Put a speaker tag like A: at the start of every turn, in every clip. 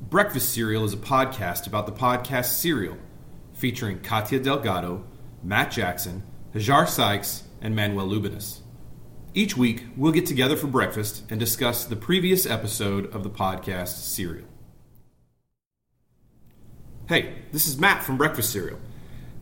A: Breakfast Cereal is a podcast about the podcast Serial, featuring Katia Delgado, Matt Jackson, Hajar Sykes, and Manuel Lubinus. Each week, we'll get together for breakfast and discuss the previous episode of the podcast Serial. Hey, this is Matt from Breakfast Cereal.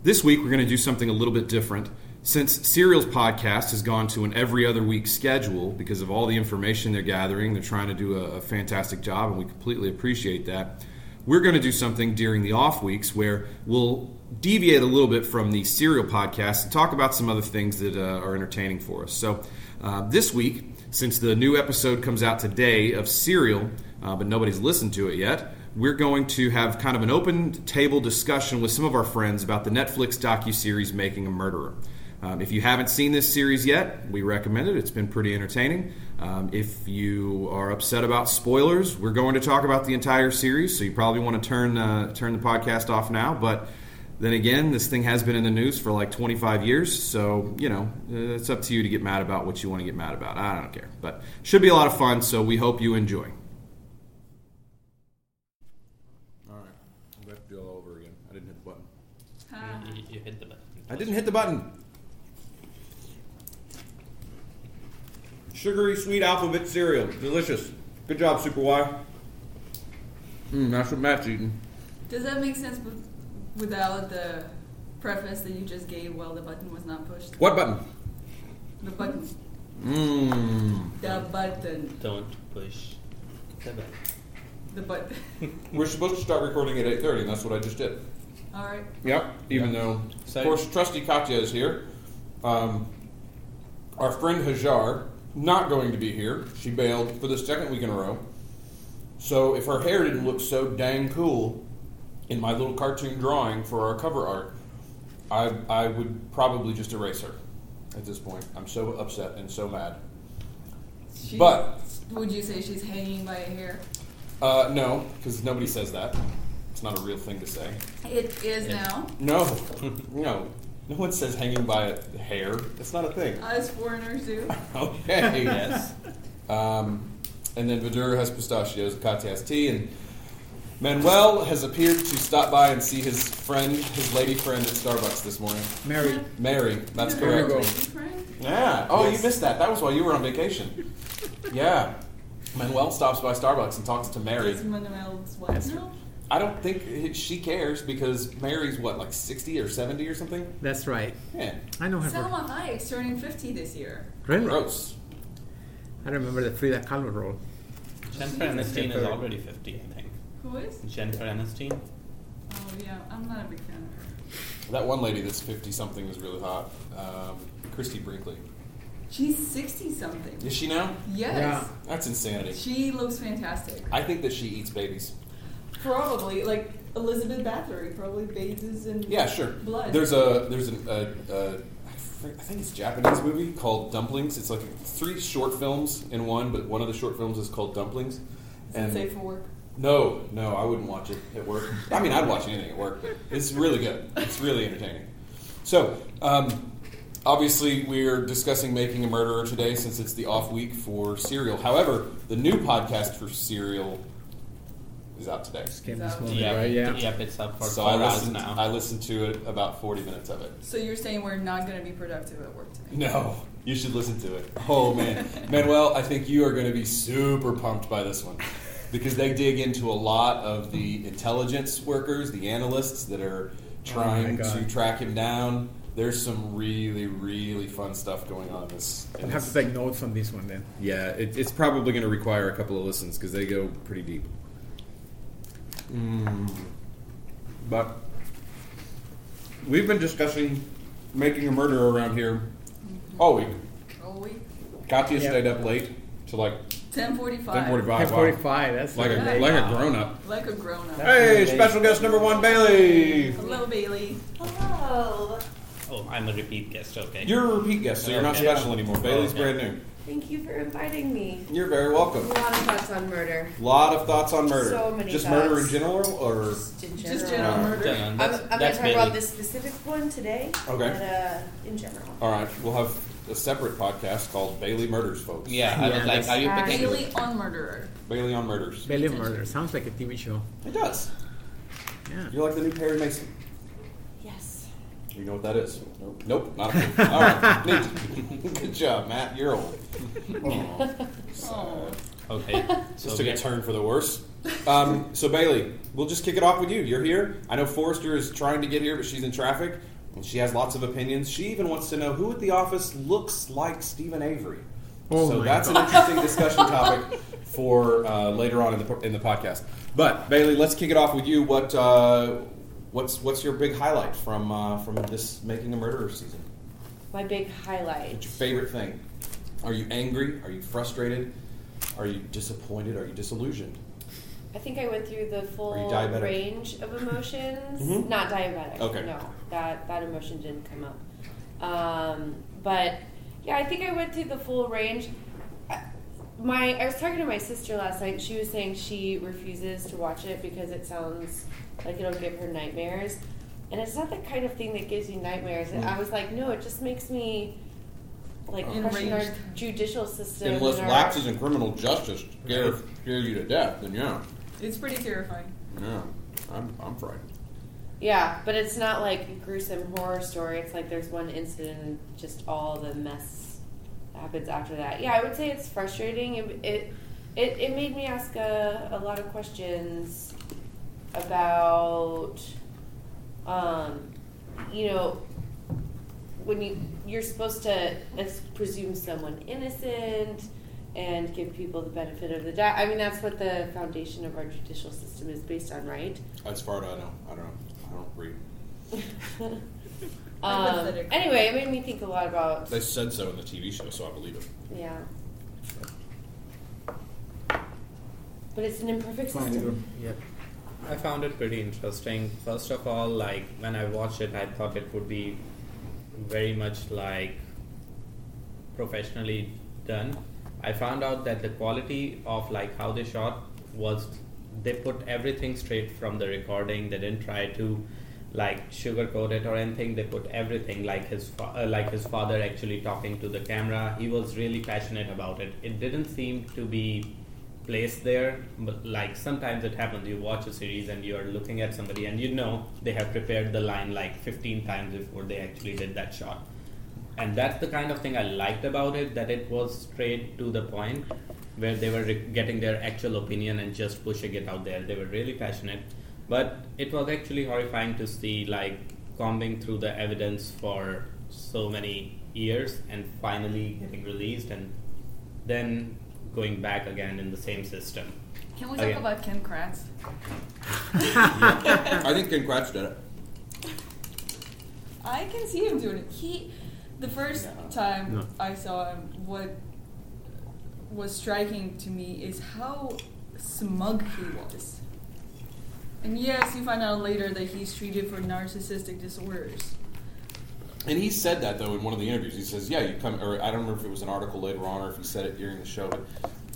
A: This week, we're going to do something a little bit different. Since Serial's podcast has gone to an every other week schedule because of all the information they're gathering, they're trying to do a, a fantastic job, and we completely appreciate that. We're going to do something during the off weeks where we'll deviate a little bit from the Serial podcast and talk about some other things that uh, are entertaining for us. So, uh, this week, since the new episode comes out today of Serial, uh, but nobody's listened to it yet, we're going to have kind of an open table discussion with some of our friends about the Netflix docuseries Making a Murderer. Um, if you haven't seen this series yet, we recommend it. It's been pretty entertaining. Um, if you are upset about spoilers, we're going to talk about the entire series, so you probably want to turn uh, turn the podcast off now. But then again, this thing has been in the news for like 25 years, so you know uh, it's up to you to get mad about what you want to get mad about. I don't care, but should be a lot of fun. So we hope you enjoy. All right, I'm gonna have to do it all over again. I didn't hit the button.
B: You, you hit the button.
A: I didn't hit the button. Sugary sweet alphabet cereal, delicious. Good job, Super Y. Mm, that's what Matt's eating.
C: Does that make sense with- without the preface that you just gave while the button was not pushed?
A: What button?
C: The button.
A: Mmm.
C: The button.
B: Don't push the button.
C: The button.
A: We're supposed to start recording at 8.30, and that's what I just did.
C: All right.
A: Yep, even though,
B: So-
A: of course, Trusty Katya is here. Um, our friend Hajar, not going to be here. She bailed for the second week in a row. So if her hair didn't look so dang cool in my little cartoon drawing for our cover art, I, I would probably just erase her at this point. I'm so upset and so mad.
C: She's,
A: But-
C: Would you say she's hanging by a hair?
A: Uh, no, because nobody says that. It's not a real thing to say.
C: It is
B: Yeah.
C: now.
A: No, no. No one says hanging by a hair. It's not a thing.
C: Us foreigners do.
A: Okay. yes. Um, and then Vidura has pistachios, Katya has tea, and Manuel has appeared to stop by and see his friend, his lady friend at Starbucks this morning.
D: Mary.
A: Mary, that's
C: Isn't that
A: correct.
C: a baby prank?
A: Yeah. Oh,
D: Yes.
A: you missed that. That was while you were on vacation. Yeah. Manuel stops by Starbucks and talks to Mary.
C: Is Manuel's wife now?
A: I don't think she cares because Mary's what, like 60 or 70 or something?
D: That's right.
A: Yeah.
D: I know her.
C: Selma Hayek's turning 50 this year.
D: Really?
A: Gross.
D: I remember the Frida Kahlo role.
B: Jennifer Aniston is already 50, I think.
C: Who is?
B: Jennifer Aniston?
C: Oh, yeah. I'm not a big fan of her.
A: That one lady that's 50 something is really hot. Um, Christy Brinkley.
C: She's 60 something.
A: Is she now?
C: Yes.
A: That's insanity.
C: She looks fantastic.
A: I think that she eats babies.
C: Probably, like Elizabeth Bathory probably bathes in
A: Yeah, sure.
C: blood.
A: There's a there's an, a, a I fr- I think it's a Japanese movie called Dumplings. It's like three short films in one, but one of the short films is called Dumplings.
C: It's safe for work.
A: No, no, I wouldn't watch it at work. I mean, I'd watch anything at work, but it's really good. It's really entertaining. So, um, obviously, we're discussing Making a Murderer today since it's the off week for Serial. However, the new podcast for Serial is out today.
D: Just came
C: Is
D: this
C: that-
D: morning,
B: Yep.
D: right? Yeah.
B: Yep, it's up for
A: So
B: four
A: I
B: hours
A: listened,
B: now.
A: I listened to it about 40 minutes of it.
C: So you're saying we're not going to be productive at work today?
A: No, you should listen to it. Oh man, Manuel, I think you are going to be super pumped by this one because they dig into a lot of the intelligence workers, the analysts that are trying
D: God.
A: to track him down. There's some really, really fun stuff going on in this. in
D: I'll have to
A: this-
D: take notes on this one then.
A: yeah, it, it's probably going to require a couple of listens because they go pretty deep. Mm. But we've been discussing making a murder around here all week.
C: Oh, we
A: Katya
D: Yeah.
A: stayed up late to like
C: 10:45.
A: 10:45.
D: Ten
A: wow.
D: forty-five. That's
A: Like a
D: late.
A: like a grown up.
C: Like a grown up.
A: Hey, special guest number one, Bailey.
C: Hello, Bailey.
E: Hello.
B: Oh, I'm a repeat guest, okay.
A: You're a repeat guest, so you're not
B: Okay.
A: special anymore. Bailey's
B: Okay.
A: brand new.
E: Thank you for inviting me.
A: You're very
E: A
A: welcome.
E: lot of thoughts on murder.
A: Lot of thoughts on murder.
E: So many
A: Just
E: thoughts.
A: murder in general, or
E: Just in
C: Just general
E: general.
A: Uh,
C: murder.
B: Done.
E: I'm,
B: That's,
E: I'm going to
B: that's
E: talk
B: Bailey.
E: about this specific one today.
A: Okay.
E: But uh, in general.
A: all right, we'll have a separate podcast called Bailey Murders, folks.
B: Yeah, I was
D: Yeah,
B: like,
D: that's-
B: are you
E: Uh,
B: picking?
C: Daily on murderer.
A: Bailey on Murders.
D: Belly Murder sounds like a TV show.
A: It does.
D: Yeah.
A: You're like the new Perry Mason.
E: Yes.
A: You know what that is? Nope. Nope. Not a clue. All right. Neat. Good job, Matt. You're old. Aw.
C: Oh.
B: Okay.
A: This
B: So
A: took
B: we
A: a turn for the worse. Um, so Bailey, we'll just kick it off with you. You're here. I know Forrester is trying to get here, but she's in traffic, and she has lots of opinions. She even wants to know who at the office looks like Stephen Avery.
D: Oh
A: so
D: my
A: that's an interesting discussion topic for uh, later on in the po- in the podcast. But Bailey, let's kick it off with you. What uh, what's what's your big highlight from uh, from this Making a Murderer season?
E: My big
A: What's
E: highlight.
A: your favorite thing? Are you angry? Are you frustrated? Are you disappointed? Are you disillusioned?
E: I think I went through the full
A: Are you diabetic?
E: range of emotions.
A: Mhm.
E: Not diabetic.
A: Okay.
E: No, that that emotion didn't come up. Um, but yeah, I think I went through the full range. I- My I was talking to my sister last night. and She was saying she refuses to watch it because it sounds like it'll give her nightmares, and it's not the kind of thing that gives you nightmares. And I
A: Mm.
E: was like, no, it just makes me like question our
C: Enraged.
E: judicial system. and
A: Unless
E: our-
A: lapses in criminal justice scare, scare you to death, then yeah,
C: It's pretty terrifying.
A: yeah, I'm, I'm frightened.
E: Yeah, but it's not like a gruesome horror story. It's like there's one incident and just all the mess that happens after that. Yeah, I would say it's frustrating. It it it, it made me ask uh, a, a lot of questions about um, you know when you you're supposed to ex- presume someone innocent and give people the benefit of the doubt. I mean, that's what the foundation of our judicial system is based on, right?
A: As far as I know, I don't know. I don't read.
E: um,
C: Hypothetical.
E: anyway, it made me think a lot about
A: They said so in the TV show, so I believe it.
E: yeah. But it's an imperfect
D: Fine,
E: system.
D: good. Yep.
B: I found it pretty interesting. First of all, like when I watched it, I thought it would be very much like professionally done. I found out that the quality of like how they shot was they put everything straight from the recording. They didn't try to like sugarcoat it or anything. They put everything like his fa- uh, like his father actually talking to the camera. He was really passionate about it. It didn't seem to be placed there but like sometimes it happens you watch a series and you're looking at somebody and you know they have prepared the line like 15 times before they actually did that shot and that's the kind of thing I liked about it that it was straight to the point where they were re- getting their actual opinion and just pushing it out there. They were really passionate, but it was actually horrifying to see like combing through the evidence for so many years and finally getting released and then going back again in the same system.
C: Can we
B: Oh,
C: talk
B: yeah.
C: about Ken Kratz?
A: I think Ken Kratz did it.
C: I can see him doing it. He, the first
A: No.
C: time
D: No.
C: I saw him, what was striking to me is how smug he was. And yes, you find out later that he's treated for narcissistic disorders.
A: And he said that though in one of the interviews. He says, "Yeah, you come." Or I don't remember if it was an article later on or if he said it during the show. But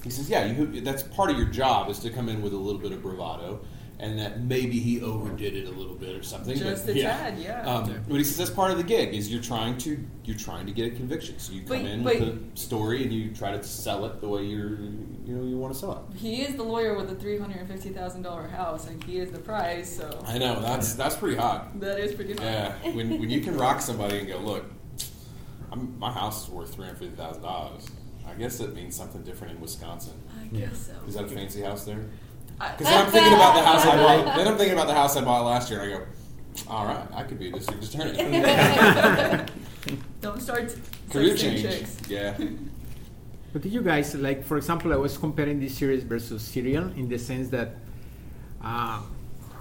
A: he says, "Yeah, you, that's part of your job is to come in with a little bit of bravado, and that maybe he overdid it a little bit or something."
C: Just
A: but,
C: a
A: yeah.
C: tad, yeah.
A: Um, but he says that's part of the gig is you're trying to you're trying to get a conviction. So you come
C: But-
A: in
C: but-
A: with a story and you try to sell it the way you're you know you want to sell it.
C: He is the lawyer with the three hundred and fifty thousand dollar house, and he is the prize. So
A: I know that's that's pretty hot.
C: that is pretty. Fun.
A: Yeah, when, when you can rock somebody and go, look, I'm, my house is worth three hundred fifty thousand dollars. I guess it means something different in Wisconsin.
C: I guess
A: Is
C: so.
A: that a fancy house there?
C: I-
A: Because then I'm thinking about the house I bought. Then I'm thinking about the house I bought last year, and I go, all right, I could be a district attorney.
C: don't start
A: Career
C: sexting
A: change.
C: chicks.
A: Yeah.
D: But did you guys like, for example, I was comparing this series versus serial in the sense that uh,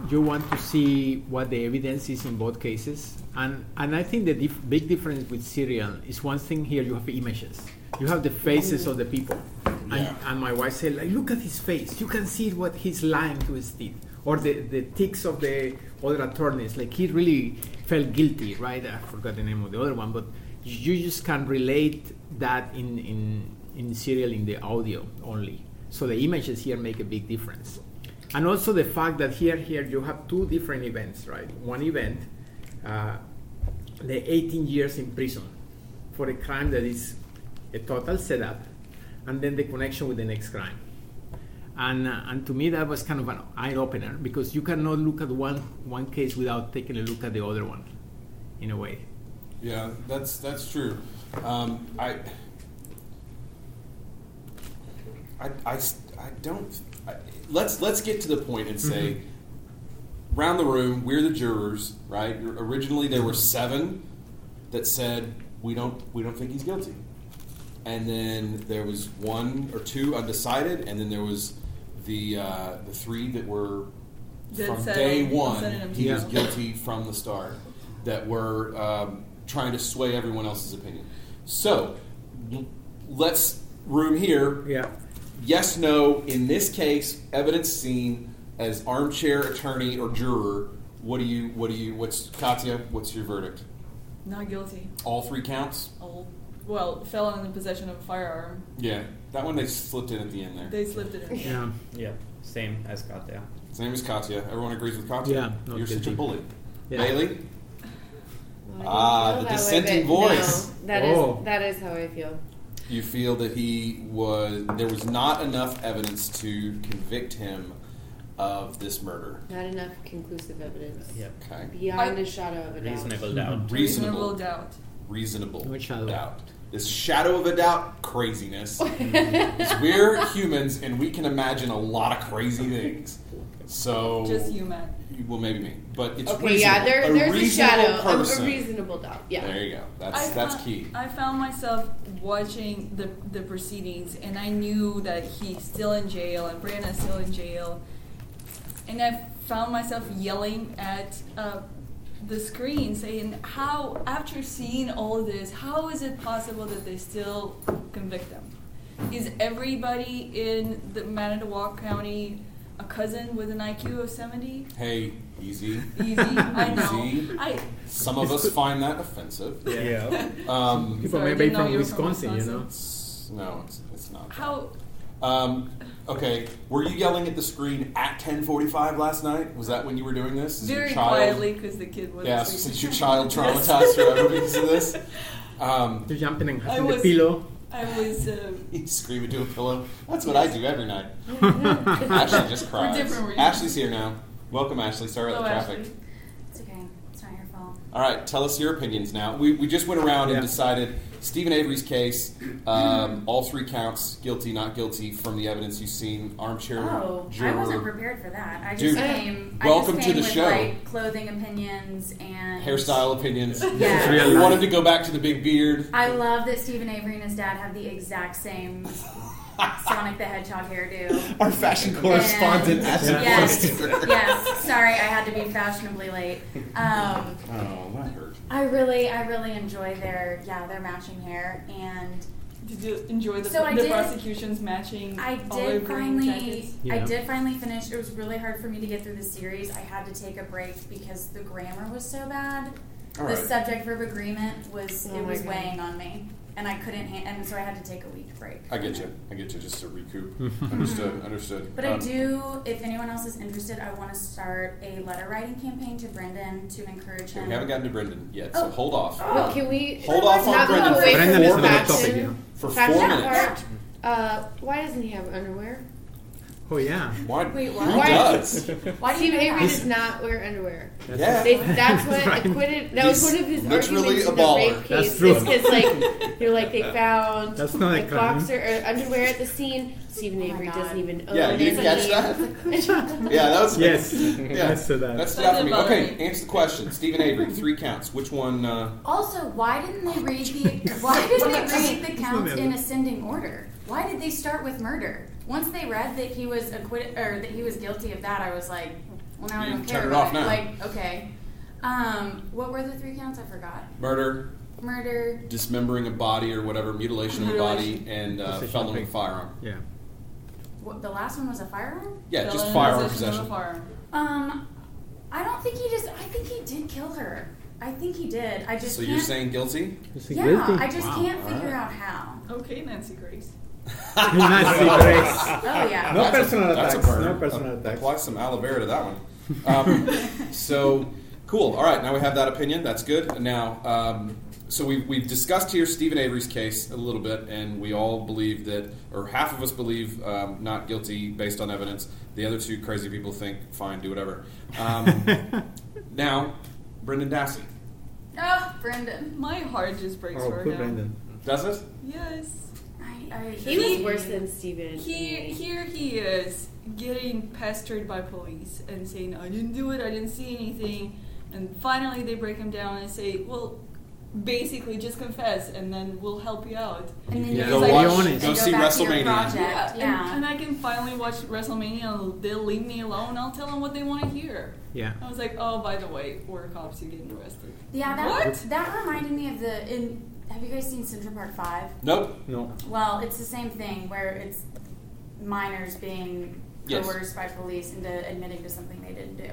D: you want to see what the evidence is in both cases, and and I think the dif- big difference with serial is one thing here you have images, you have the faces of the people, and,
A: Yeah.
D: and my wife said like, look at his face, you can see what he's lying to his teeth, or the the ticks of the other attorneys, like he really felt guilty, right? I forgot the name of the other one, but you just can relate that in in in serial in the audio only. So the images here make a big difference. And also the fact that here, here you have two different events, right? One event, uh, the 18 years in prison, for a crime that is a total setup, and then the connection with the next crime. And, uh, and to me, that was kind of an eye opener because you cannot look at one, one case without taking a look at the other one, in a way.
A: Yeah, that's that's true. Um, I, I, I, s- I don't. I, let's let's get to the point and say, round the room, we're the jurors, right? Originally, there were seven that said we don't we don't think he's guilty, and then there was one or two undecided, and then there was the uh, the three that were
C: That
A: from
C: said
A: day
C: him-
A: one
C: said him
A: he was
C: guilty.
A: guilty from the start that were um, trying to sway everyone else's opinion. So l- let's room here.
D: Yeah.
A: Yes, no. In this case, evidence seen as armchair attorney or juror. What do you? What do you? What's Katya? What's your verdict?
C: Not guilty.
A: All three counts.
C: All, well, felon in possession of a firearm.
A: Yeah, that one they slipped in at the end there.
C: They slipped it in.
D: Yeah.
B: Yeah, same as Katya.
A: His name is Katya. Everyone agrees with Katya.
D: Yeah, not
A: you're such a
D: guilty.
A: bully.
D: Yeah.
A: Bailey,
E: Well, I didn't
A: Ah,
E: feel
A: the
E: that way,
A: dissenting
E: but
A: voice.
E: No, that is-
D: Oh.
E: that is how I feel.
A: you feel that he was there was not enough evidence to convict him of this murder.
E: Not enough conclusive evidence.
B: Yeah,
A: Okay,
E: Beyond
C: I-
E: a shadow of a doubt.
B: reasonable doubt.
A: reasonable,
C: doubt.
A: reasonable
D: No shadow.
A: doubt. This shadow of a doubt craziness. Because we're humans and we can imagine a lot of crazy things. So
C: Just you, Matt.
A: Well, maybe me, but it's
E: Okay,
A: reasonable.
E: yeah, there,
A: a
E: there's a
A: reasonable
E: shadow of
A: person.
E: a reasonable doubt. Yeah.
A: There you go. That's that's
C: found,
A: key.
C: I found myself watching the the proceedings, and I knew that he's still in jail, and Brianna's still in jail, and I found myself yelling at uh, the screen, saying, "How? After seeing all of this, how is it possible that they still convict them? Is everybody in the Manitowoc County a cousin with an IQ of seventy?
A: Hey, easy.
C: Easy, I
A: Easy.
C: know. I."
A: Some of us find that offensive.
B: Yeah.
A: Um,
D: People
C: Sorry,
D: may be
C: didn't know
D: from
C: you were from
D: Wisconsin, you know.
C: Wisconsin.
A: it's- no, it's, it's not.
C: How
A: Um, okay, were you yelling at the screen at 10:45 last night? Was that when you were doing this? Is
C: Very
A: your child,
C: quietly because the kid was.
A: Yeah,
C: asleep.
A: since your child traumatized forever because of this. Um,
D: They're jumping and
C: I
D: having the
C: was-
D: pillow.
C: I was. Uh,
A: you scream into a pillow. That's what I do every night. Ashley
E: Actually,
A: just cries.
C: different reasons.
A: Ashley's here now. Welcome, Ashley. Sorry about
C: oh,
A: the traffic.
C: Ashley.
F: It's okay. It's not your fault.
A: All right, tell us your opinions now. We, we just went around
D: Yeah.
A: and decided Stephen Avery's case, um, all three counts, guilty, not guilty, from the evidence you've seen, armchair
F: Oh, I
A: juror,
F: wasn't prepared for that. I
A: Dude,
F: just came.
A: welcome
F: I
A: to
F: just came
A: the
F: with,
A: show.
F: Like, clothing opinions and
A: hairstyle opinions.
F: Yeah.
D: Real
A: We
D: life.
A: wanted to go back to the big beard.
F: I love that Stephen Avery and his dad have the exact same Sonic the Hedgehog hairdo.
A: Our fashion
F: correspondent
A: as
D: a
F: Yes, yes. Sorry, I had to be fashionably late. Um,
A: Oh, that hurt.
F: I really, I really enjoy their yeah their matching hair, and
C: Did you enjoy the,
F: So I
C: the
F: did-
C: prosecution's matching?
F: I
C: olive
F: did
C: green
F: finally.
C: jackets?
D: Yeah.
F: I did finally finish. It was really hard for me to get through the series. I had to take a break because the grammar was so bad.
A: All
F: the
A: right.
F: subject verb agreement was
E: Oh
F: it
E: my
F: was
E: God.
F: weighing on me, and I couldn't. Ha- and so I had to take a week break.
A: I get you. I get you. Just to recoup. understood. Understood.
F: But I
A: Um,
F: do. If anyone else is interested, I want to start a letter writing campaign to Brendan to encourage
A: okay,
F: him.
A: We haven't gotten to Brendan yet, so
F: Oh.
A: hold off.
E: Well, can we
A: Hold off on
E: not move
A: Brendan.
E: away from
D: Brendan
E: the
D: is another
E: faction-
D: topic, yeah.
A: For
E: faction
A: four minutes.
E: part? Uh, why doesn't he have underwear?
D: Oh yeah.
A: Why?
F: Wait,
A: who
F: what?
E: Why-
A: does?
F: Why do you
E: Stephen
F: know
E: Avery
F: that?
E: does not wear underwear.
A: Yeah.
E: They, that's what
D: Right.
E: acquitted. That was
A: He's
E: one of his
A: literally
E: arguments
A: a
E: in the rape
A: baller.
D: That's
E: case.
D: true.
E: because like you're like they found
D: That's not a
E: like
D: crime.
E: boxer or underwear at the scene. Stephen
F: Oh my
E: Avery
F: God.
E: doesn't even own.
A: Yeah, you didn't catch that? Yeah, that was
D: Yes.
A: Yeah.
D: Yes to that.
A: That's enough for me.
C: Doesn't bother
A: Okay,
C: me.
A: answer the question. Stephen Avery, three counts. Which one? Uh,
F: Also, why didn't they read the why did they read the counts in ascending order? Why did they start with murder? Once they read that he was acquitted or that he was guilty of that, I was like, well, now I
A: You
F: don't
A: turn
F: care
A: it
F: about
A: off
F: it.
A: now.
F: Like, okay, um, what were the three counts? I forgot.
A: murder,
F: Murder.
A: dismembering a body or whatever, mutilation of a body, and uh,
D: Possession of
A: felon with
D: a-
A: firearm.
D: Yeah.
F: What, the last one was a firearm.
A: Yeah,
C: Felon
A: just
C: in
A: firearm
C: of
A: possession.
C: a Firearm.
F: Um, I don't think he just. I think he did kill her. I think he did. I just.
A: So
F: can't,
A: you're saying guilty?
D: Is he
F: Yeah,
D: guilty?
F: I just
D: Wow.
F: can't figure
A: Alright.
F: out how.
C: Okay, Nancy Grace.
D: Nancy Grace.
F: Oh yeah.
D: No
A: That's a-
D: personal
A: that's a
D: attacks,
A: burn.
D: no personal
A: Uh,
D: attacks.
A: Apply some aloe vera to that one. Um, so, Cool. All right. Now we have that opinion. That's good. Now, um, so we've, we've discussed here Stephen Avery's case a little bit, and we all believe that, or half of us believe um, not guilty based on evidence. The other two crazy people think, fine, do whatever. Um, now, Brendan Dassey.
F: Oh, Brendan.
C: My heart just breaks
D: Oh,
C: for
D: poor
C: him.
D: Brendan.
A: Does it?
C: Yes.
F: I, I,
E: He was worse than Steven.
C: He, here he is, getting pestered by police and saying, I didn't do it, I didn't see anything. And finally they break him down and say, Well, basically just confess and then we'll help you out.
F: And then
D: Yeah.
F: you
D: Go
F: like,
D: watch- go
F: you go
A: see
F: back to your
A: WrestleMania.
F: project.
C: Yeah,
F: Yeah.
C: and, and I can finally watch WrestleMania. and They'll leave me alone. I'll tell them what they want to hear.
D: Yeah.
C: I was like, oh, by the way, we're cops. You're getting arrested.
F: Yeah, that
C: What?
F: that reminded me of the. In, have you guys seen Central Park Five?
A: Nope.
D: No.
F: Well, it's the same thing where it's minors being
A: Yes.
F: coerced by police into admitting to something they didn't do.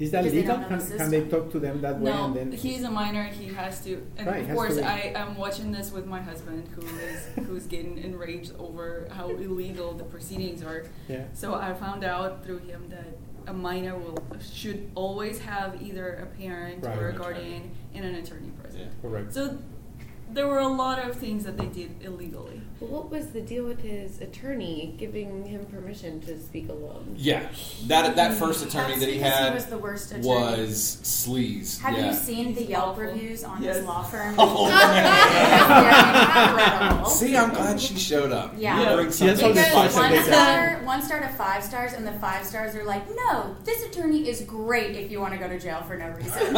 D: Is that
F: Because they
D: legal?
F: don't know
D: Can,
F: the
D: can they
F: system.
D: talk to them that way
C: no,
D: and then?
C: he's a minor. He has to. And
D: Right,
C: of
D: has to
C: course,
D: leave.
C: I am watching this with my husband, who is who's getting enraged over how illegal the proceedings are.
D: yeah.
C: So I found out through him that a minor will should always have either a parent
D: Right.
C: or a
D: An
A: attorney.
C: guardian and an attorney present.
D: Correct.
C: So there were a lot of things that they did illegally.
E: Well, what was the deal with his attorney giving him permission to speak alone?
A: Yeah. That that first attorney
F: That's
A: that he
F: because
A: had
F: he was the worst attorney.
A: was sleaze.
F: Have
A: yeah.
F: you seen the
C: He's
F: Yelp
C: awful.
F: reviews on
C: Yes.
F: his law firm?
A: Oh,
F: They're incredible.
A: See, I'm glad she showed up.
F: Yeah.
A: We'll Bring
D: She has
A: something
D: all this
F: Because
A: spicy.
D: fun
F: one
D: Yes.
F: star, one star to five stars, and the five stars are like, no, this attorney is great if you want to go to jail for no reason.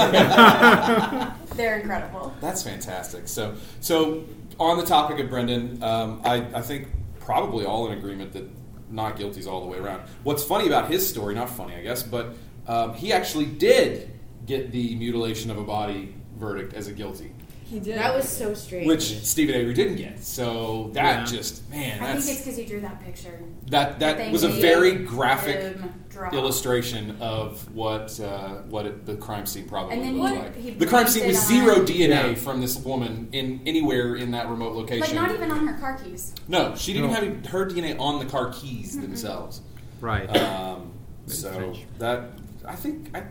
F: They're incredible.
A: That's fantastic. So, so on the topic of Brendan, um, I, I think probably all in agreement that not guilty's all the way around. What's funny about his story, not funny, I guess, but um, he actually did get the mutilation of a body verdict as a guilty,
C: He did.
E: That was so strange.
A: which Stephen Avery didn't get. So that
D: Yeah.
A: just man,
F: I think it's
A: that's
F: because he drew that picture.
A: that that
F: They
A: was a
F: made
A: very graphic
F: him draw.
A: illustration of what uh, what it, the crime scene probably
F: And then
A: looked
F: he-
A: like.
F: he
A: the crime scene
F: blamed
A: was
F: it
A: zero
F: on-
A: DNA
D: Yeah.
A: from this woman in anywhere in that remote
F: Like
A: location.
F: not even on her car keys.
A: no, she didn't
D: No.
A: even have her DNA on the car keys themselves.
D: Right.
A: Um, so
D: strange.
A: that I think I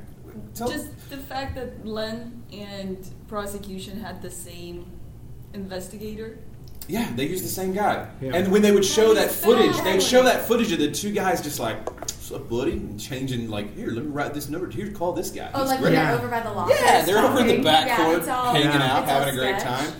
A: tell,
C: Just the fact that Len and prosecution had the same investigator.
A: yeah, they used the same guy.
D: Yeah.
A: And when they would show that
C: That is
A: footage,
C: bad.
A: they'd show that footage of the two guys just like. "What's up, buddy, and changing like here. Let me write this number. Here, call this guy.
F: Oh,
A: He's
F: like
A: great."
F: when
D: Yeah.
F: they're over by the law.
A: Yeah,
F: office
A: they're over in the
F: talking.
A: back
F: yeah,
A: court,
F: it's all,
A: hanging
D: Yeah.
A: out,
F: it's
A: having
F: all
A: a great
F: sketch.
A: time.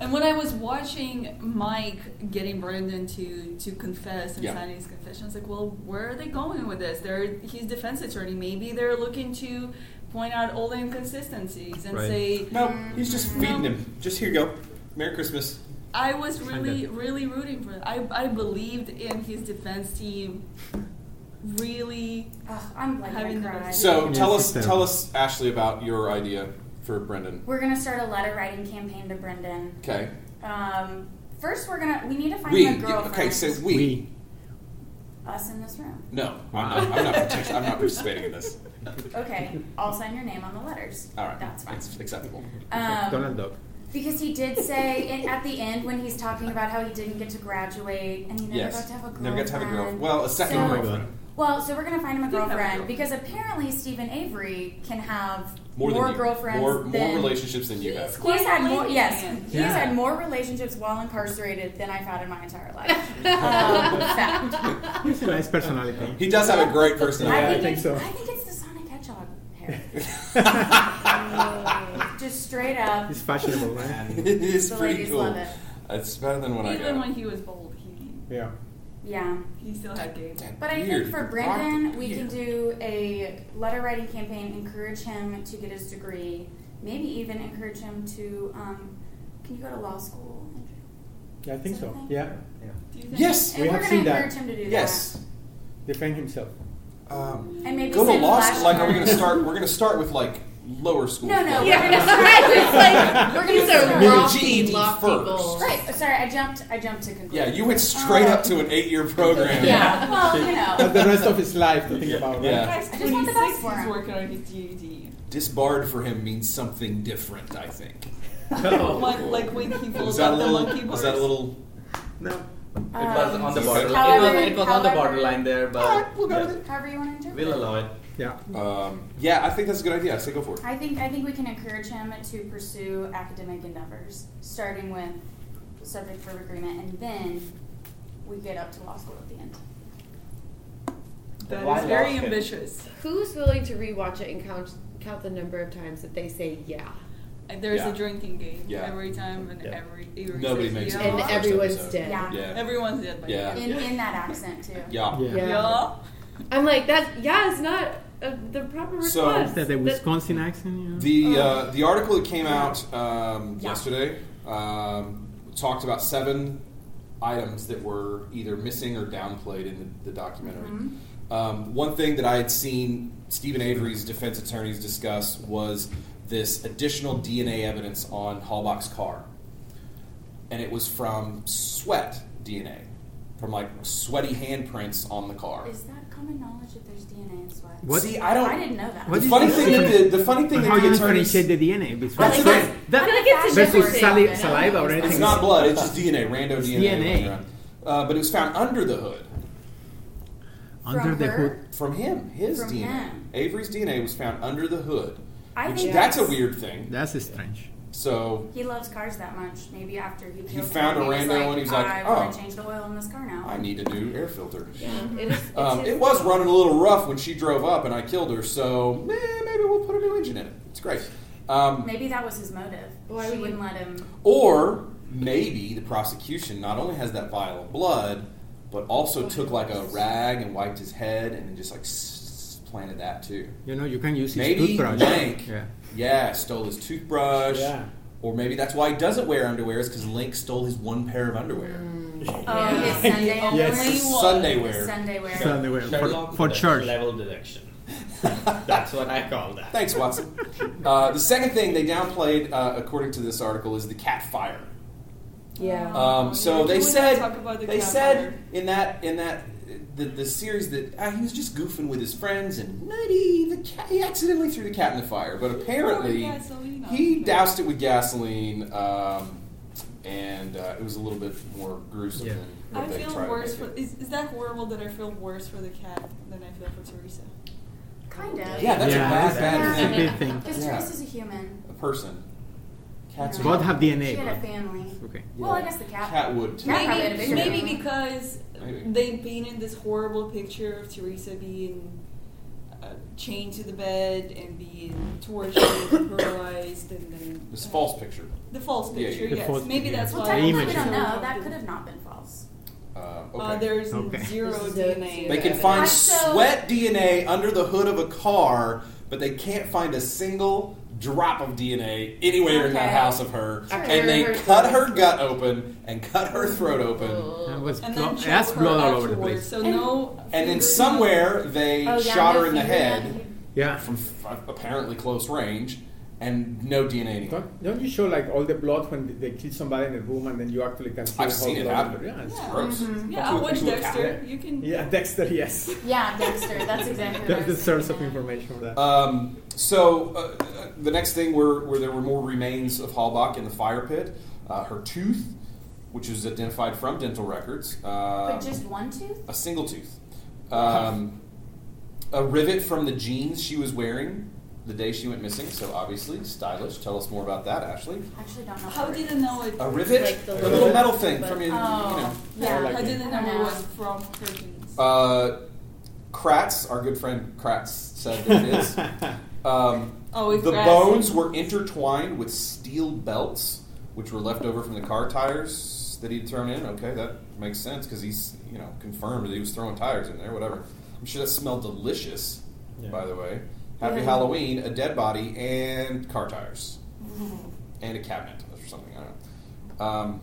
C: And when I was watching Mike getting Brendan to to confess and
A: Yeah.
C: sign his confession, I was like, well, where are they going with this? They're his defense attorney. Maybe they're looking to point out all the inconsistencies and
D: Right.
C: say,
A: No,
F: Mm-hmm.
A: he's just feeding
C: No.
A: him. Just here you go. Merry Christmas.
C: I was
D: Kinda.
C: really, really rooting for. I I believed in his defense team. Really,
F: Ugh, I'm like
C: Having
F: gonna
C: the
F: cry.
C: best-
A: So
D: Yeah,
A: tell us,
D: sit down.
A: tell us, Ashley, about your idea for Brendan.
F: We're gonna start a letter writing campaign to Brendan.
A: Okay,
F: Um, first, we're gonna we need to find
A: we.
F: him a girlfriend.
A: Okay, so we.
D: we.
F: us in this room.
A: No, I'm not. I'm not, partic- I'm not participating in this.
F: Okay, I'll sign your name on the letters.
A: All right,
F: that's fine.
A: It's acceptable.
D: Donald
F: Um,
D: Duck.
F: because he did say in, at the end when he's talking about how he didn't get to graduate and he never
A: yes.
F: got to have a girlfriend.
A: Never got to have a girl. Well, a second
F: So- Oh my
A: girlfriend.
F: Well, so we're gonna find him a
C: He did have a girlfriend.
F: girlfriend because apparently Stephen Avery can have
A: More, than you.
F: girlfriends,
A: More, more
F: than-
A: relationships than you have.
F: He's had more.
C: Quite
F: Yes,
C: amazing.
F: he's
D: Yeah.
F: had more relationships while incarcerated than I've had in my entire life. um, fact.
D: He's a nice personality.
A: He does have a great
D: Yeah, I
F: I
A: personality.
F: think,
D: think
F: it's,
D: so.
F: I think it's the Sonic Hedgehog hair. Just straight up.
D: He's fashionable, right?
A: it's
F: The
A: pretty
F: ladies
A: cool.
F: love it.
A: It's better than what I
C: even
A: got.
C: when he was bald, he
D: Yeah.
F: Yeah.
C: he still had game.
A: That
F: But I
A: beard,
F: think for
A: rock the
F: Brandon, we
A: beard.
F: can do a letter writing campaign, encourage him to get his degree, maybe even encourage him to. Um, can you go to law school?
D: Yeah, I think so.
F: Something.
D: Yeah.
C: Do you think-
A: Yes.
F: And
D: We
F: we're
D: have
F: going
D: seen
F: to
D: that.
F: encourage him to do
A: Yes.
D: Defend himself.
A: Um,
F: that. And maybe
A: Go to
F: send
A: law
F: flash
A: school. Like, are we going to
F: cards.
A: start? We're going to start with like lower school.
F: No, no.
E: Yeah,
F: We're gonna
E: it's like we're
F: These
E: gonna
F: are
E: start
F: raw
A: GED
E: lofty, lofty
A: first.
E: goals.
F: Right. oh, Sorry, I jumped. I jumped to conclusion.
A: Yeah, you went straight up to an eight-year program.
F: Yeah. Well, you
D: But
F: know.
D: the rest of his life to think
A: Yeah.
D: about, right?
A: Yeah.
C: Guys,
F: I just want the
C: 26,
F: best for
C: He's
F: him.
C: working on his E GED.
A: Disbarred for him means something different, I think.
C: like, like when he
A: Was
C: pulls
A: that a
C: out the
A: little?
C: monkey bars.
A: Was that a little?
D: No.
B: It was on the
F: just
B: borderline. It
F: Um, however-
B: was, it was on the
F: however- Ah,
B: borderline there, but yeah,
F: However you want to interpret.
B: we'll allow it.
D: Yeah.
A: Um, yeah, I think that's a good idea. I say go for it.
F: I think I think we can encourage him to pursue academic endeavors, starting with subject verb agreement, and then we get up to law school at the end.
C: That
B: Why
C: is very
B: law school?
C: ambitious.
E: Who's willing to rewatch it and count count the number of times that they say yeah,
C: And There's
A: Yeah.
C: a drinking game
A: Yeah.
C: every time, and
B: Yeah.
C: every every
A: Nobody
C: says,
A: makes it.
E: and
C: "Yeah."
A: every-
E: everyone's
A: episode.
E: dead.
F: Yeah.
A: Yeah.
C: everyone's dead by
A: Oh, Yeah.
C: now.
F: In, in that accent too.
A: Yeah.
D: Yeah.
E: Yeah.
C: Yeah.
E: I'm like that. Yeah, is not uh, the proper
A: So-
E: response.
D: Is that the
E: That-
D: Wisconsin accent? You know?
A: The uh, the article that came out um,
F: Yeah.
A: yesterday um, talked about seven items that were either missing or downplayed in the, the documentary.
F: Mm-hmm.
A: Um, one thing that I had seen Stephen Avery's defense attorneys discuss was this additional DNA evidence on Halbach's car, and it was from sweat DNA, from like sweaty handprints on the car.
F: Is that common knowledge that there's DNA in sweat?
D: What?
A: See, I don't.
F: I didn't know that.
D: What
A: the
D: is
A: funny
D: this?
A: thing that the, the funny thing
D: But
A: that
D: how
A: the
D: do you
A: attorneys
D: differentiate the DNA? between-
A: That's
D: that,
A: right.
E: I
D: that-
E: feel like it's a
F: This
D: versus
F: is
E: different.
D: sali-
F: thing.
D: saliva or anything.
A: It's
F: It's
A: not blood. It's just DNA, rando
D: It's
A: DNA.
D: DNA.
A: Uh, but it was found under the hood
D: under
F: From
D: the
F: her?
D: hood.
A: from him. His
F: From
A: DNA.
F: him.
A: Avery's DNA was found under the hood.
F: I
A: which
F: think
A: that's a weird thing.
D: That's strange.
A: So
F: He loves cars that much. Maybe after he killed
A: found a
F: him, he was
A: rando
F: like,
A: and he's like,
F: I
A: "Oh."
F: want to change the oil in this car now.
A: I need a new air filter.
E: Yeah, it is. it's
A: Um,
E: his-
A: it was running a little rough when she drove up and I killed her. So eh, maybe we'll put a new engine in it. It's great. Um,
F: Maybe that was his motive.
E: Why
F: she
E: would
F: wouldn't
E: you-
F: let him.
A: or maybe the prosecution not only has that vial of blood, but also took like a rag and wiped his head and then just like s- s- planted that too.
D: You know, you can use his
A: Maybe
D: toothbrush.
A: Link,
D: Yeah.
A: yeah. stole his toothbrush.
D: Yeah.
A: Or maybe that's why he doesn't wear underwear is because Link stole his one pair of underwear.
E: Mm.
C: Um,
F: Oh, his Sunday
C: Yes.
F: underwear.
A: Sunday wear.
F: Sunday wear.
D: So they were for,
B: Sherlock
D: for
B: with a
D: church.
B: level deduction. That's what I call that.
A: Thanks, Watson. uh, the second thing they downplayed, uh, according to this article, is the cat fire.
E: Yeah.
C: Oh,
A: Um, so
C: yeah,
A: they
C: can we not
A: said
C: talk about the
A: they
C: cat
A: said
C: fire?
A: in that in that the, the series that uh, he was just goofing with his friends and nutty the cat he accidentally threw the cat in the fire,
C: Oh,
A: but apparently
C: Poured gasoline on
A: he
C: it.
A: doused it with gasoline, um, and uh, it was a little bit more gruesome.
D: Yeah.
A: Than what
C: I
A: they
C: feel
A: tried to
C: worse
A: make
C: for
A: it.
C: is, is that horrible that I feel worse for the cat than I feel for Teresa?
F: Kind of.
A: Yeah, that's
D: Yeah,
A: a bad,
D: that's-
A: bad
D: that's
A: thing.
D: a big thing.
F: Because
A: Yeah.
F: Teresa's a human.
A: A person. Cats
F: Yeah.
D: Both have DNA.
F: She had a
D: but-
F: family.
D: Okay.
F: Well, I
A: Yeah.
F: guess the cat.
A: Cat would too.
F: Yeah, Maybe- probably a bigger maybe
C: maybe
F: one.
C: because
A: Maybe.
C: they painted this horrible picture of Teresa being uh, chained to the bed and being tortured and paralyzed and then uh,
A: This false picture.
C: the false
A: Yeah,
C: picture.
A: yeah.
D: The
C: yes,
D: false-
C: maybe
D: yeah.
C: that's
F: Well,
C: why
F: technically,
D: image.
F: we don't know. That could have not been false.
A: Uh, okay.
C: Uh, there's
D: Okay.
C: zero
E: There's no
C: DNA.
A: they can
E: Yeah.
A: find
F: I- so-
A: sweat DNA under the hood of a car, but they can't find a single drop of DNA anywhere in that
F: Okay.
A: house of her.
E: Sure.
A: And they
E: Her- her
A: cut
E: throat.
A: her gut open and cut her throat open.
E: Oh.
D: That was
C: and
D: blo-
C: then choke
D: that's
C: her
D: blood all over
C: afterwards.
D: the place.
C: So
F: And-
C: no.
A: And then
C: fingers,
A: somewhere they
E: Oh, yeah,
A: shot her
E: no
A: in the
E: finger
A: head
D: Yeah.
A: from f- apparently close range, and no DNA anymore.
D: Don't, don't you show like all the blood when they kill somebody in the room and then you actually can see
A: I've
D: the whole
A: seen it
D: blood?
A: happen.
D: Yeah, it's-
C: Yeah.
A: Gross.
C: Mm-hmm. Yeah,
A: To
C: I
A: a-
C: watch
A: to a
C: Dexter.
A: cat.
C: You can.
D: yeah, Dexter, yes.
F: Yeah, Dexter. That's exactly what I
D: That's the
F: was
D: source of
F: thinking
D: information for that.
A: Um, so uh, uh, the next thing were where there were more remains of Halbach in the fire pit, uh, her tooth, which was identified from dental records, uh,
F: But just one tooth?
A: a single tooth, um, a rivet from the jeans she was wearing the day she went missing. So obviously stylish. Tell us more about that, Ashley.
F: I actually don't know.
C: How
F: what it
C: did it
F: is.
C: know it?
A: A rivet,
E: Like the
A: a
E: little-
A: little metal thing
E: but-
A: from your, you know.
F: Oh, yeah.
D: I like
C: How
D: it.
C: did it know
F: I
C: it
F: know.
C: was
F: Uh-huh.
C: from Perkins?
A: Uh, Kratz, our good friend Kratz, said that it is. Um,
C: Oh, it's
A: the
C: grass.
A: bones were intertwined with steel belts, which were left over from the car tires that he'd thrown in. Okay, that makes sense because he's you know confirmed that he was throwing tires in there. Whatever. I'm sure that smelled delicious.
D: Yeah.
A: By the way, happy
E: Yeah.
A: Halloween! A dead body and car tires and a cabinet or something. I don't know. Um,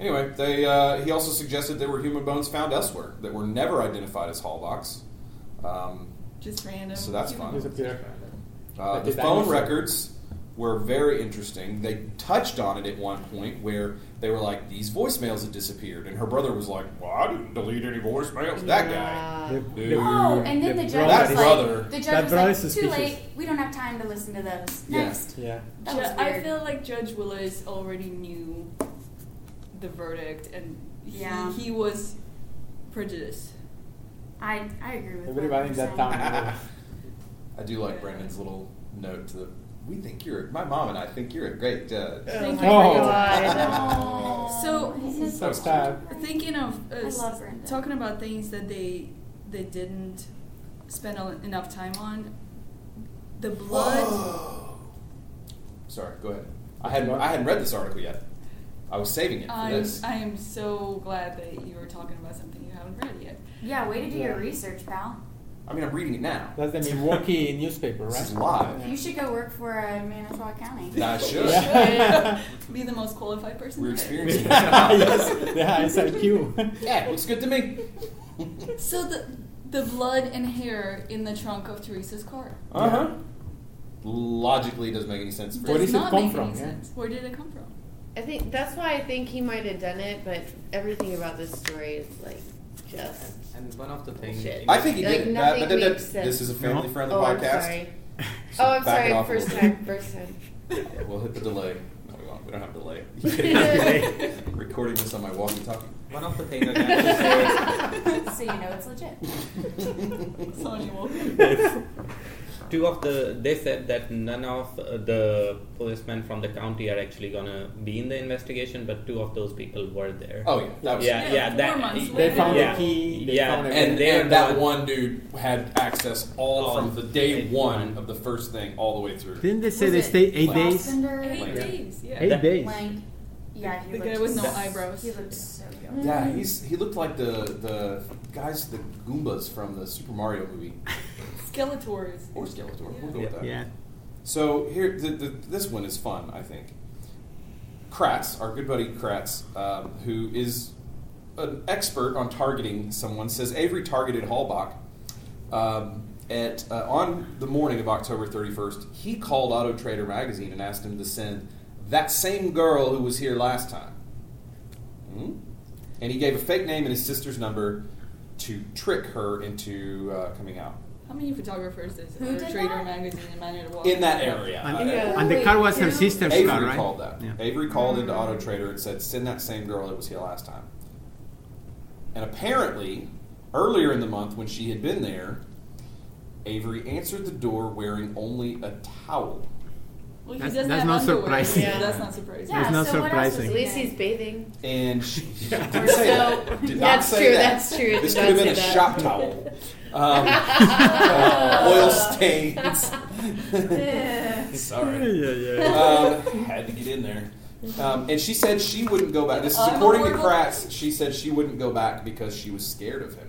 A: anyway, they uh, he also suggested there were human bones found elsewhere that were never identified as Hallbox. Um,
C: Just random.
A: So that's fun.
D: Disappear.
A: uh,
D: Like
A: the
D: the
A: phone
D: dinosaur.
A: records were very interesting. They touched on it at one point where they were like, "These voicemails had disappeared," and her brother was like, "Well, I didn't delete any voicemails." That guy.
E: Yeah.
D: The- the-
F: Oh, and then the, judge
A: brother-
F: was
A: That
F: like,
A: brother-
F: the judge
D: that
F: was
D: brother
F: like,
D: is
F: too
D: suspicious.
F: late. We don't have time to listen to those.
A: Yeah.
F: Next.
D: Yeah.
F: That was
C: Ju- I
F: weird.
C: feel like Judge Willis already knew the verdict, and he,
F: Yeah.
C: he was prejudiced.
F: I, I agree with
D: Everybody in
F: you're
D: that
F: saying.
D: town.
A: I do like Brandon's little note to the. We think you're. My mom and I think you're a great judge.
C: Thank
D: my Oh.
F: God.
C: So-
F: Isn't
D: So
F: that
D: sad.
F: cute?
C: Thinking of uh,
F: I
C: s-
F: love Brenda.
C: talking about things that they they didn't spend al- enough time on, the blood.
A: Sorry, go ahead. I hadn't. I hadn't read this article yet. I was saving it for
C: I'm,
A: this.
C: I am so glad that you were talking about something you haven't read yet.
F: Yeah, way to do
D: Yeah.
F: your research, pal.
A: I mean, I'm reading it now.
D: That's the Milwaukee newspaper, right?
A: This is live.
F: You should go work for uh, Manitowoc County.
A: I should.
D: Yeah.
C: Be the most qualified person.
A: We're
C: there.
A: experiencing this now.
D: yes, the highest IQ.
A: Yeah, looks good to me.
C: So the the blood and hair in the trunk of Teresa's car.
A: Uh huh. Logically, doesn't make any sense. For
D: Where
C: Does
D: does it
C: not
D: come
C: make
D: from,
C: any
D: yeah?
C: sense. Where did it come from?
E: I think that's why I think he might have done it, but everything about this story is like just.
B: And one of the things
E: Shit.
A: I think he
E: Like,
A: did. it.
E: nothing
A: Uh, but- but-
E: makes sense.
A: This is a family-friendly
E: oh,
A: podcast.
E: I'm sorry.
A: so
E: Oh, I'm
A: back it
E: sorry.
A: off a
E: First
A: little
E: time. First time.
A: bit. Yeah, we'll hit the delay. No, we won't. We don't have delay. Recording this on my walkie-talkie.
B: one of the things I have to say is
F: so you know it's legit.
C: Sonya Walker.
B: two of the they said that none of uh, the policemen from the county are actually gonna be in the investigation but two of those people were there
A: Oh yeah, that was.
B: yeah yeah,
C: Yeah, four
B: that
C: months
D: They found
B: yeah,
D: the key. They
B: yeah
D: found everything.
A: And,
B: they are
A: and that
B: not-
A: one dude had access all
B: All
A: from the day
B: day
A: one
B: one.
A: of the first thing all the way through.
D: Didn't they say
F: Was
D: they
F: it
D: stayed eight days?
F: Fassbender?
C: Eight
A: Like-
C: days. Yeah.
D: Eight
B: That-
D: days.
F: Like, yeah,
C: The
F: he looked
C: guy with no
F: so-
C: eyebrows.
F: He looked so young.
A: Yeah, he's he looked like the the guys the Goombas from the Super Mario movie
C: Skeletors.
A: or Skeletor. We'll go with that.
D: Yeah.
A: So here, the, the, this one is fun, I think. Kratz, our good buddy Kratz, um, who is an expert on targeting someone, says Avery targeted Hallbach um, at uh, on the morning of October 31st. He called Auto Trader magazine and asked him to send that same girl who was here last time. Hmm? And he gave a fake name and his sister's number to trick her into uh, coming out
C: How many photographers does
F: Who
C: Auto
F: did
C: Trader
F: that?
C: magazine and Manor Walker?
A: in that area.
D: And-
A: Uh,
E: Yeah.
D: And the car was her
F: Yeah.
D: sister's
A: Avery
D: car, right?
A: called that.
D: Yeah.
A: Avery called into Auto Trader and said, "Send that same girl that was here last time." And apparently, earlier in the month when she had been there, Avery answered the door wearing only a towel.
C: Well, he
D: That's-
C: doesn't
D: that's
C: have
D: not
C: underwear,
D: surprising.
C: so
E: Yeah.
C: That's not surprising.
F: Yeah,
D: It's not
F: so what else
D: surprising.
F: was
E: At
F: he
E: least he's
F: doing?
E: bathing.
A: And she she didn't
E: We're
A: say
E: so-
A: that. Did not
E: that's
A: say
E: true,
A: that.
E: that's true, it
A: This
E: did
A: could have
E: not
A: been a
E: say that.
A: shop towel. Um, uh, oil stains. Sorry.
D: Yeah, yeah.
A: um, had to get in there. Um, and she said she wouldn't go back. This is
C: I'm
A: according to
C: horrible.
A: Kratz. She said she wouldn't go back because she was scared of him.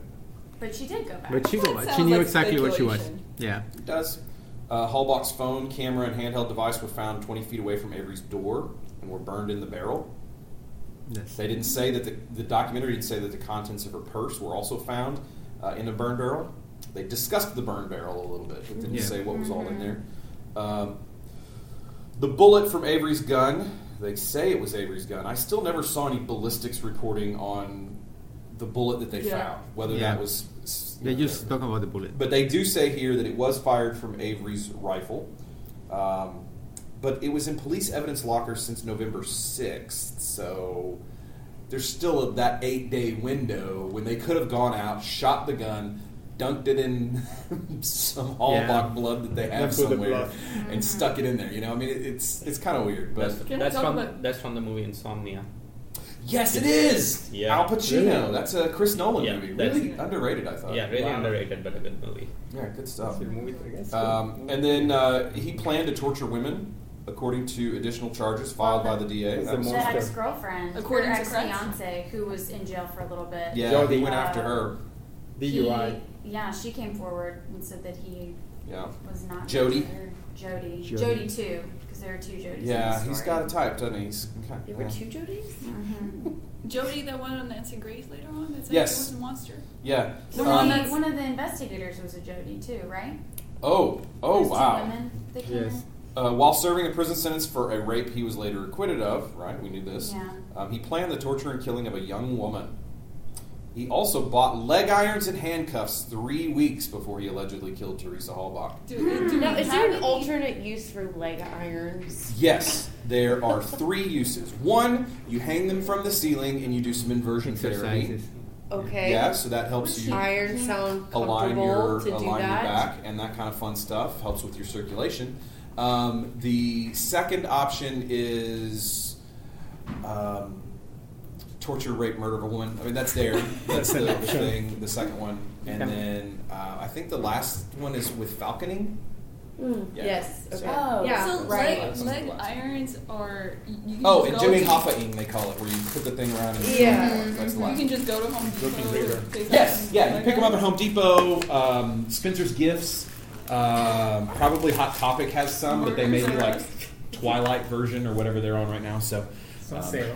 F: But she did go back.
D: But she,
C: That
D: she
C: sounds
D: knew
C: like
D: exactly what she was.
C: speculation.
D: Yeah.
A: It does. Uh, Hallbach's phone, camera, and handheld device were found 20 feet away from Avery's door and were burned in the barrel.
D: Yes.
A: They didn't say that the, the documentary didn't say that the contents of her purse were also found uh, in a burn barrel. They discussed the burn barrel a little bit, but didn't
D: Yeah.
A: say what was all in there. Um, the bullet from Avery's gun, they say it was Avery's gun. I still never saw any ballistics reporting on the bullet that they
C: Yeah.
A: found, whether
D: Yeah.
A: that was. s-
D: They
A: you know,
D: just
A: whatever.
D: talking about the bullet.
A: But they do say here that it was fired from Avery's rifle. Um, but it was in police evidence lockers since November 6th, so there's still that eight day window when they could have gone out, shot the gun, dunked it in some Hallbach
D: Yeah.
A: blood that they have
D: That's where the
A: somewhere,
D: blood-
A: and stuck it in there. You know, I mean, it, it's it's kind of weird, but
B: that's,
C: Can we
B: that's
C: talk
B: from
C: about-
B: that's from the movie insomnia
A: yes, it is.
B: Yeah.
A: Al Pacino.
D: Really?
A: That's a Chris Nolan
B: Yeah,
A: movie.
B: that's-
A: Really underrated, I thought.
B: yeah really
D: Wow.
B: underrated but a good movie
A: yeah, good stuff.
D: Um,
A: Um, and then uh, he planned to torture women, according to additional charges filed by the DA.
D: It's
A: That
D: a
A: was-
F: The
D: monster.
F: ex girlfriend,
C: According to
F: ex fiance, who was in jail for a little bit.
A: yeah,
D: Jody.
A: he went after her.
F: he-
D: DUI.
F: yeah, she came forward and said that he
A: Yeah,
F: was not.
A: Jody?
F: her. Jody.
D: Jody.
F: Jody. too, because there are two Jodys.
A: yeah,
F: in the
A: he's
F: story.
A: got a type, doesn't he? He's- okay,
E: There were
A: yeah.
E: two Jodies.
F: Mhm.
C: Mm-hmm. Jody, that one on Nancy Grace later on? That's
A: Yes.
C: was a monster.
A: Yeah.
F: The
A: Um,
F: one, that, one of the investigators was a Jody too, right?
A: oh, oh
F: Those two
A: wow.
F: women that came
D: Yes.
A: Uh, while serving a prison sentence for a rape he was later acquitted of, right? We knew this.
F: Yeah.
A: Um, he planned the torture and killing of a young woman. He also bought leg irons and handcuffs three weeks before he allegedly killed Teresa Halbach.
C: Do, do we
E: Now, is there
C: have
E: an
C: any-
E: alternate use for leg irons?
A: Yes, There are three uses. One, you hang them from the ceiling and you do some inversion
D: Exercises.
E: Okay.
A: therapy. Yeah, so that helps you
E: Iron sound
A: align
E: comfortable
A: your
E: to do
A: align
E: that.
A: your back and that kind of fun stuff helps with your circulation. Um, the second option is um, torture, rape, murder of a woman. I mean, that's there. That's the, the thing. The second one, and
D: Okay.
A: then uh, I think the last one is with falconing.
E: Mm,
A: Yeah.
E: Yes.
A: So-
E: Okay.
F: Oh,
E: yeah.
C: So
E: right.
C: leg, leg irons are. You you can
A: Oh,
C: just
A: and
C: go
A: doing
C: to- Mm-hmm.
A: hafa'ing, they call it, where you put the thing around. And
E: Yeah.
A: That's the
C: You
A: last.
C: can just go to Home Depot. pick up
A: Yes,
C: some
A: yeah. You
C: leg
A: pick them up at
C: irons.
A: Home Depot, um, Spencer's Gifts. Um, probably Hot Topic has some, but they may be like Twilight version or whatever they're on right now. So,
D: It's on
A: um,
D: sale.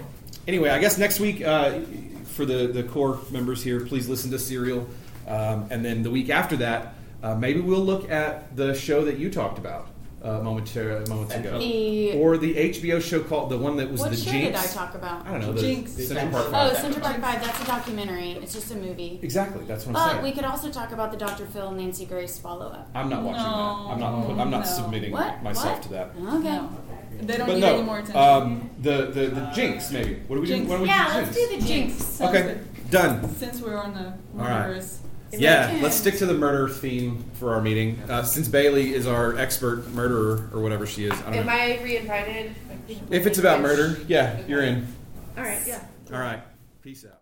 A: anyway, I guess next week uh, for the the core members here, please listen to Serial, um, and then the week after that, uh, maybe we'll look at the show that you talked about uh, momentar- moments ago,
F: The,
A: or the HBO show called the one that was
F: what
A: the
F: show
A: Jinx.
F: did I talk about?
A: I don't know. The,
C: Jinx.
A: the Central Park
F: Oh,
A: Five.
F: Central Park Five. That's a documentary. It's just a movie.
A: Exactly. That's what I'm
F: But
A: saying.
F: Oh, we could also talk about the Dr. Phil and Nancy Grace follow up.
A: I'm not watching that. I'm not.
C: No,
A: I'm not
C: no.
A: submitting
F: What?
A: myself
F: What?
A: to that.
F: Okay.
C: No. They don't
A: but
C: need
A: no.
C: any more attention.
A: Um, the the the Jinx maybe. What do we do?
C: Jinx.
A: Why don't we
F: Uh, Yeah,
A: do
F: let's
A: Jinx?
F: do the
C: Jinx.
F: Jinx.
C: sounds
A: Okay.
C: good.
A: Done.
C: Since we're on the
A: right.
C: murderous.
A: Yeah, let's stick to the murder theme for our meeting. Uh, since Bailey is our expert murderer or whatever she is, I don't
E: Am
A: know.
E: I re-invited?
A: if it's about murder, yeah, you're in.
E: All right. Yeah.
A: All right. Peace out.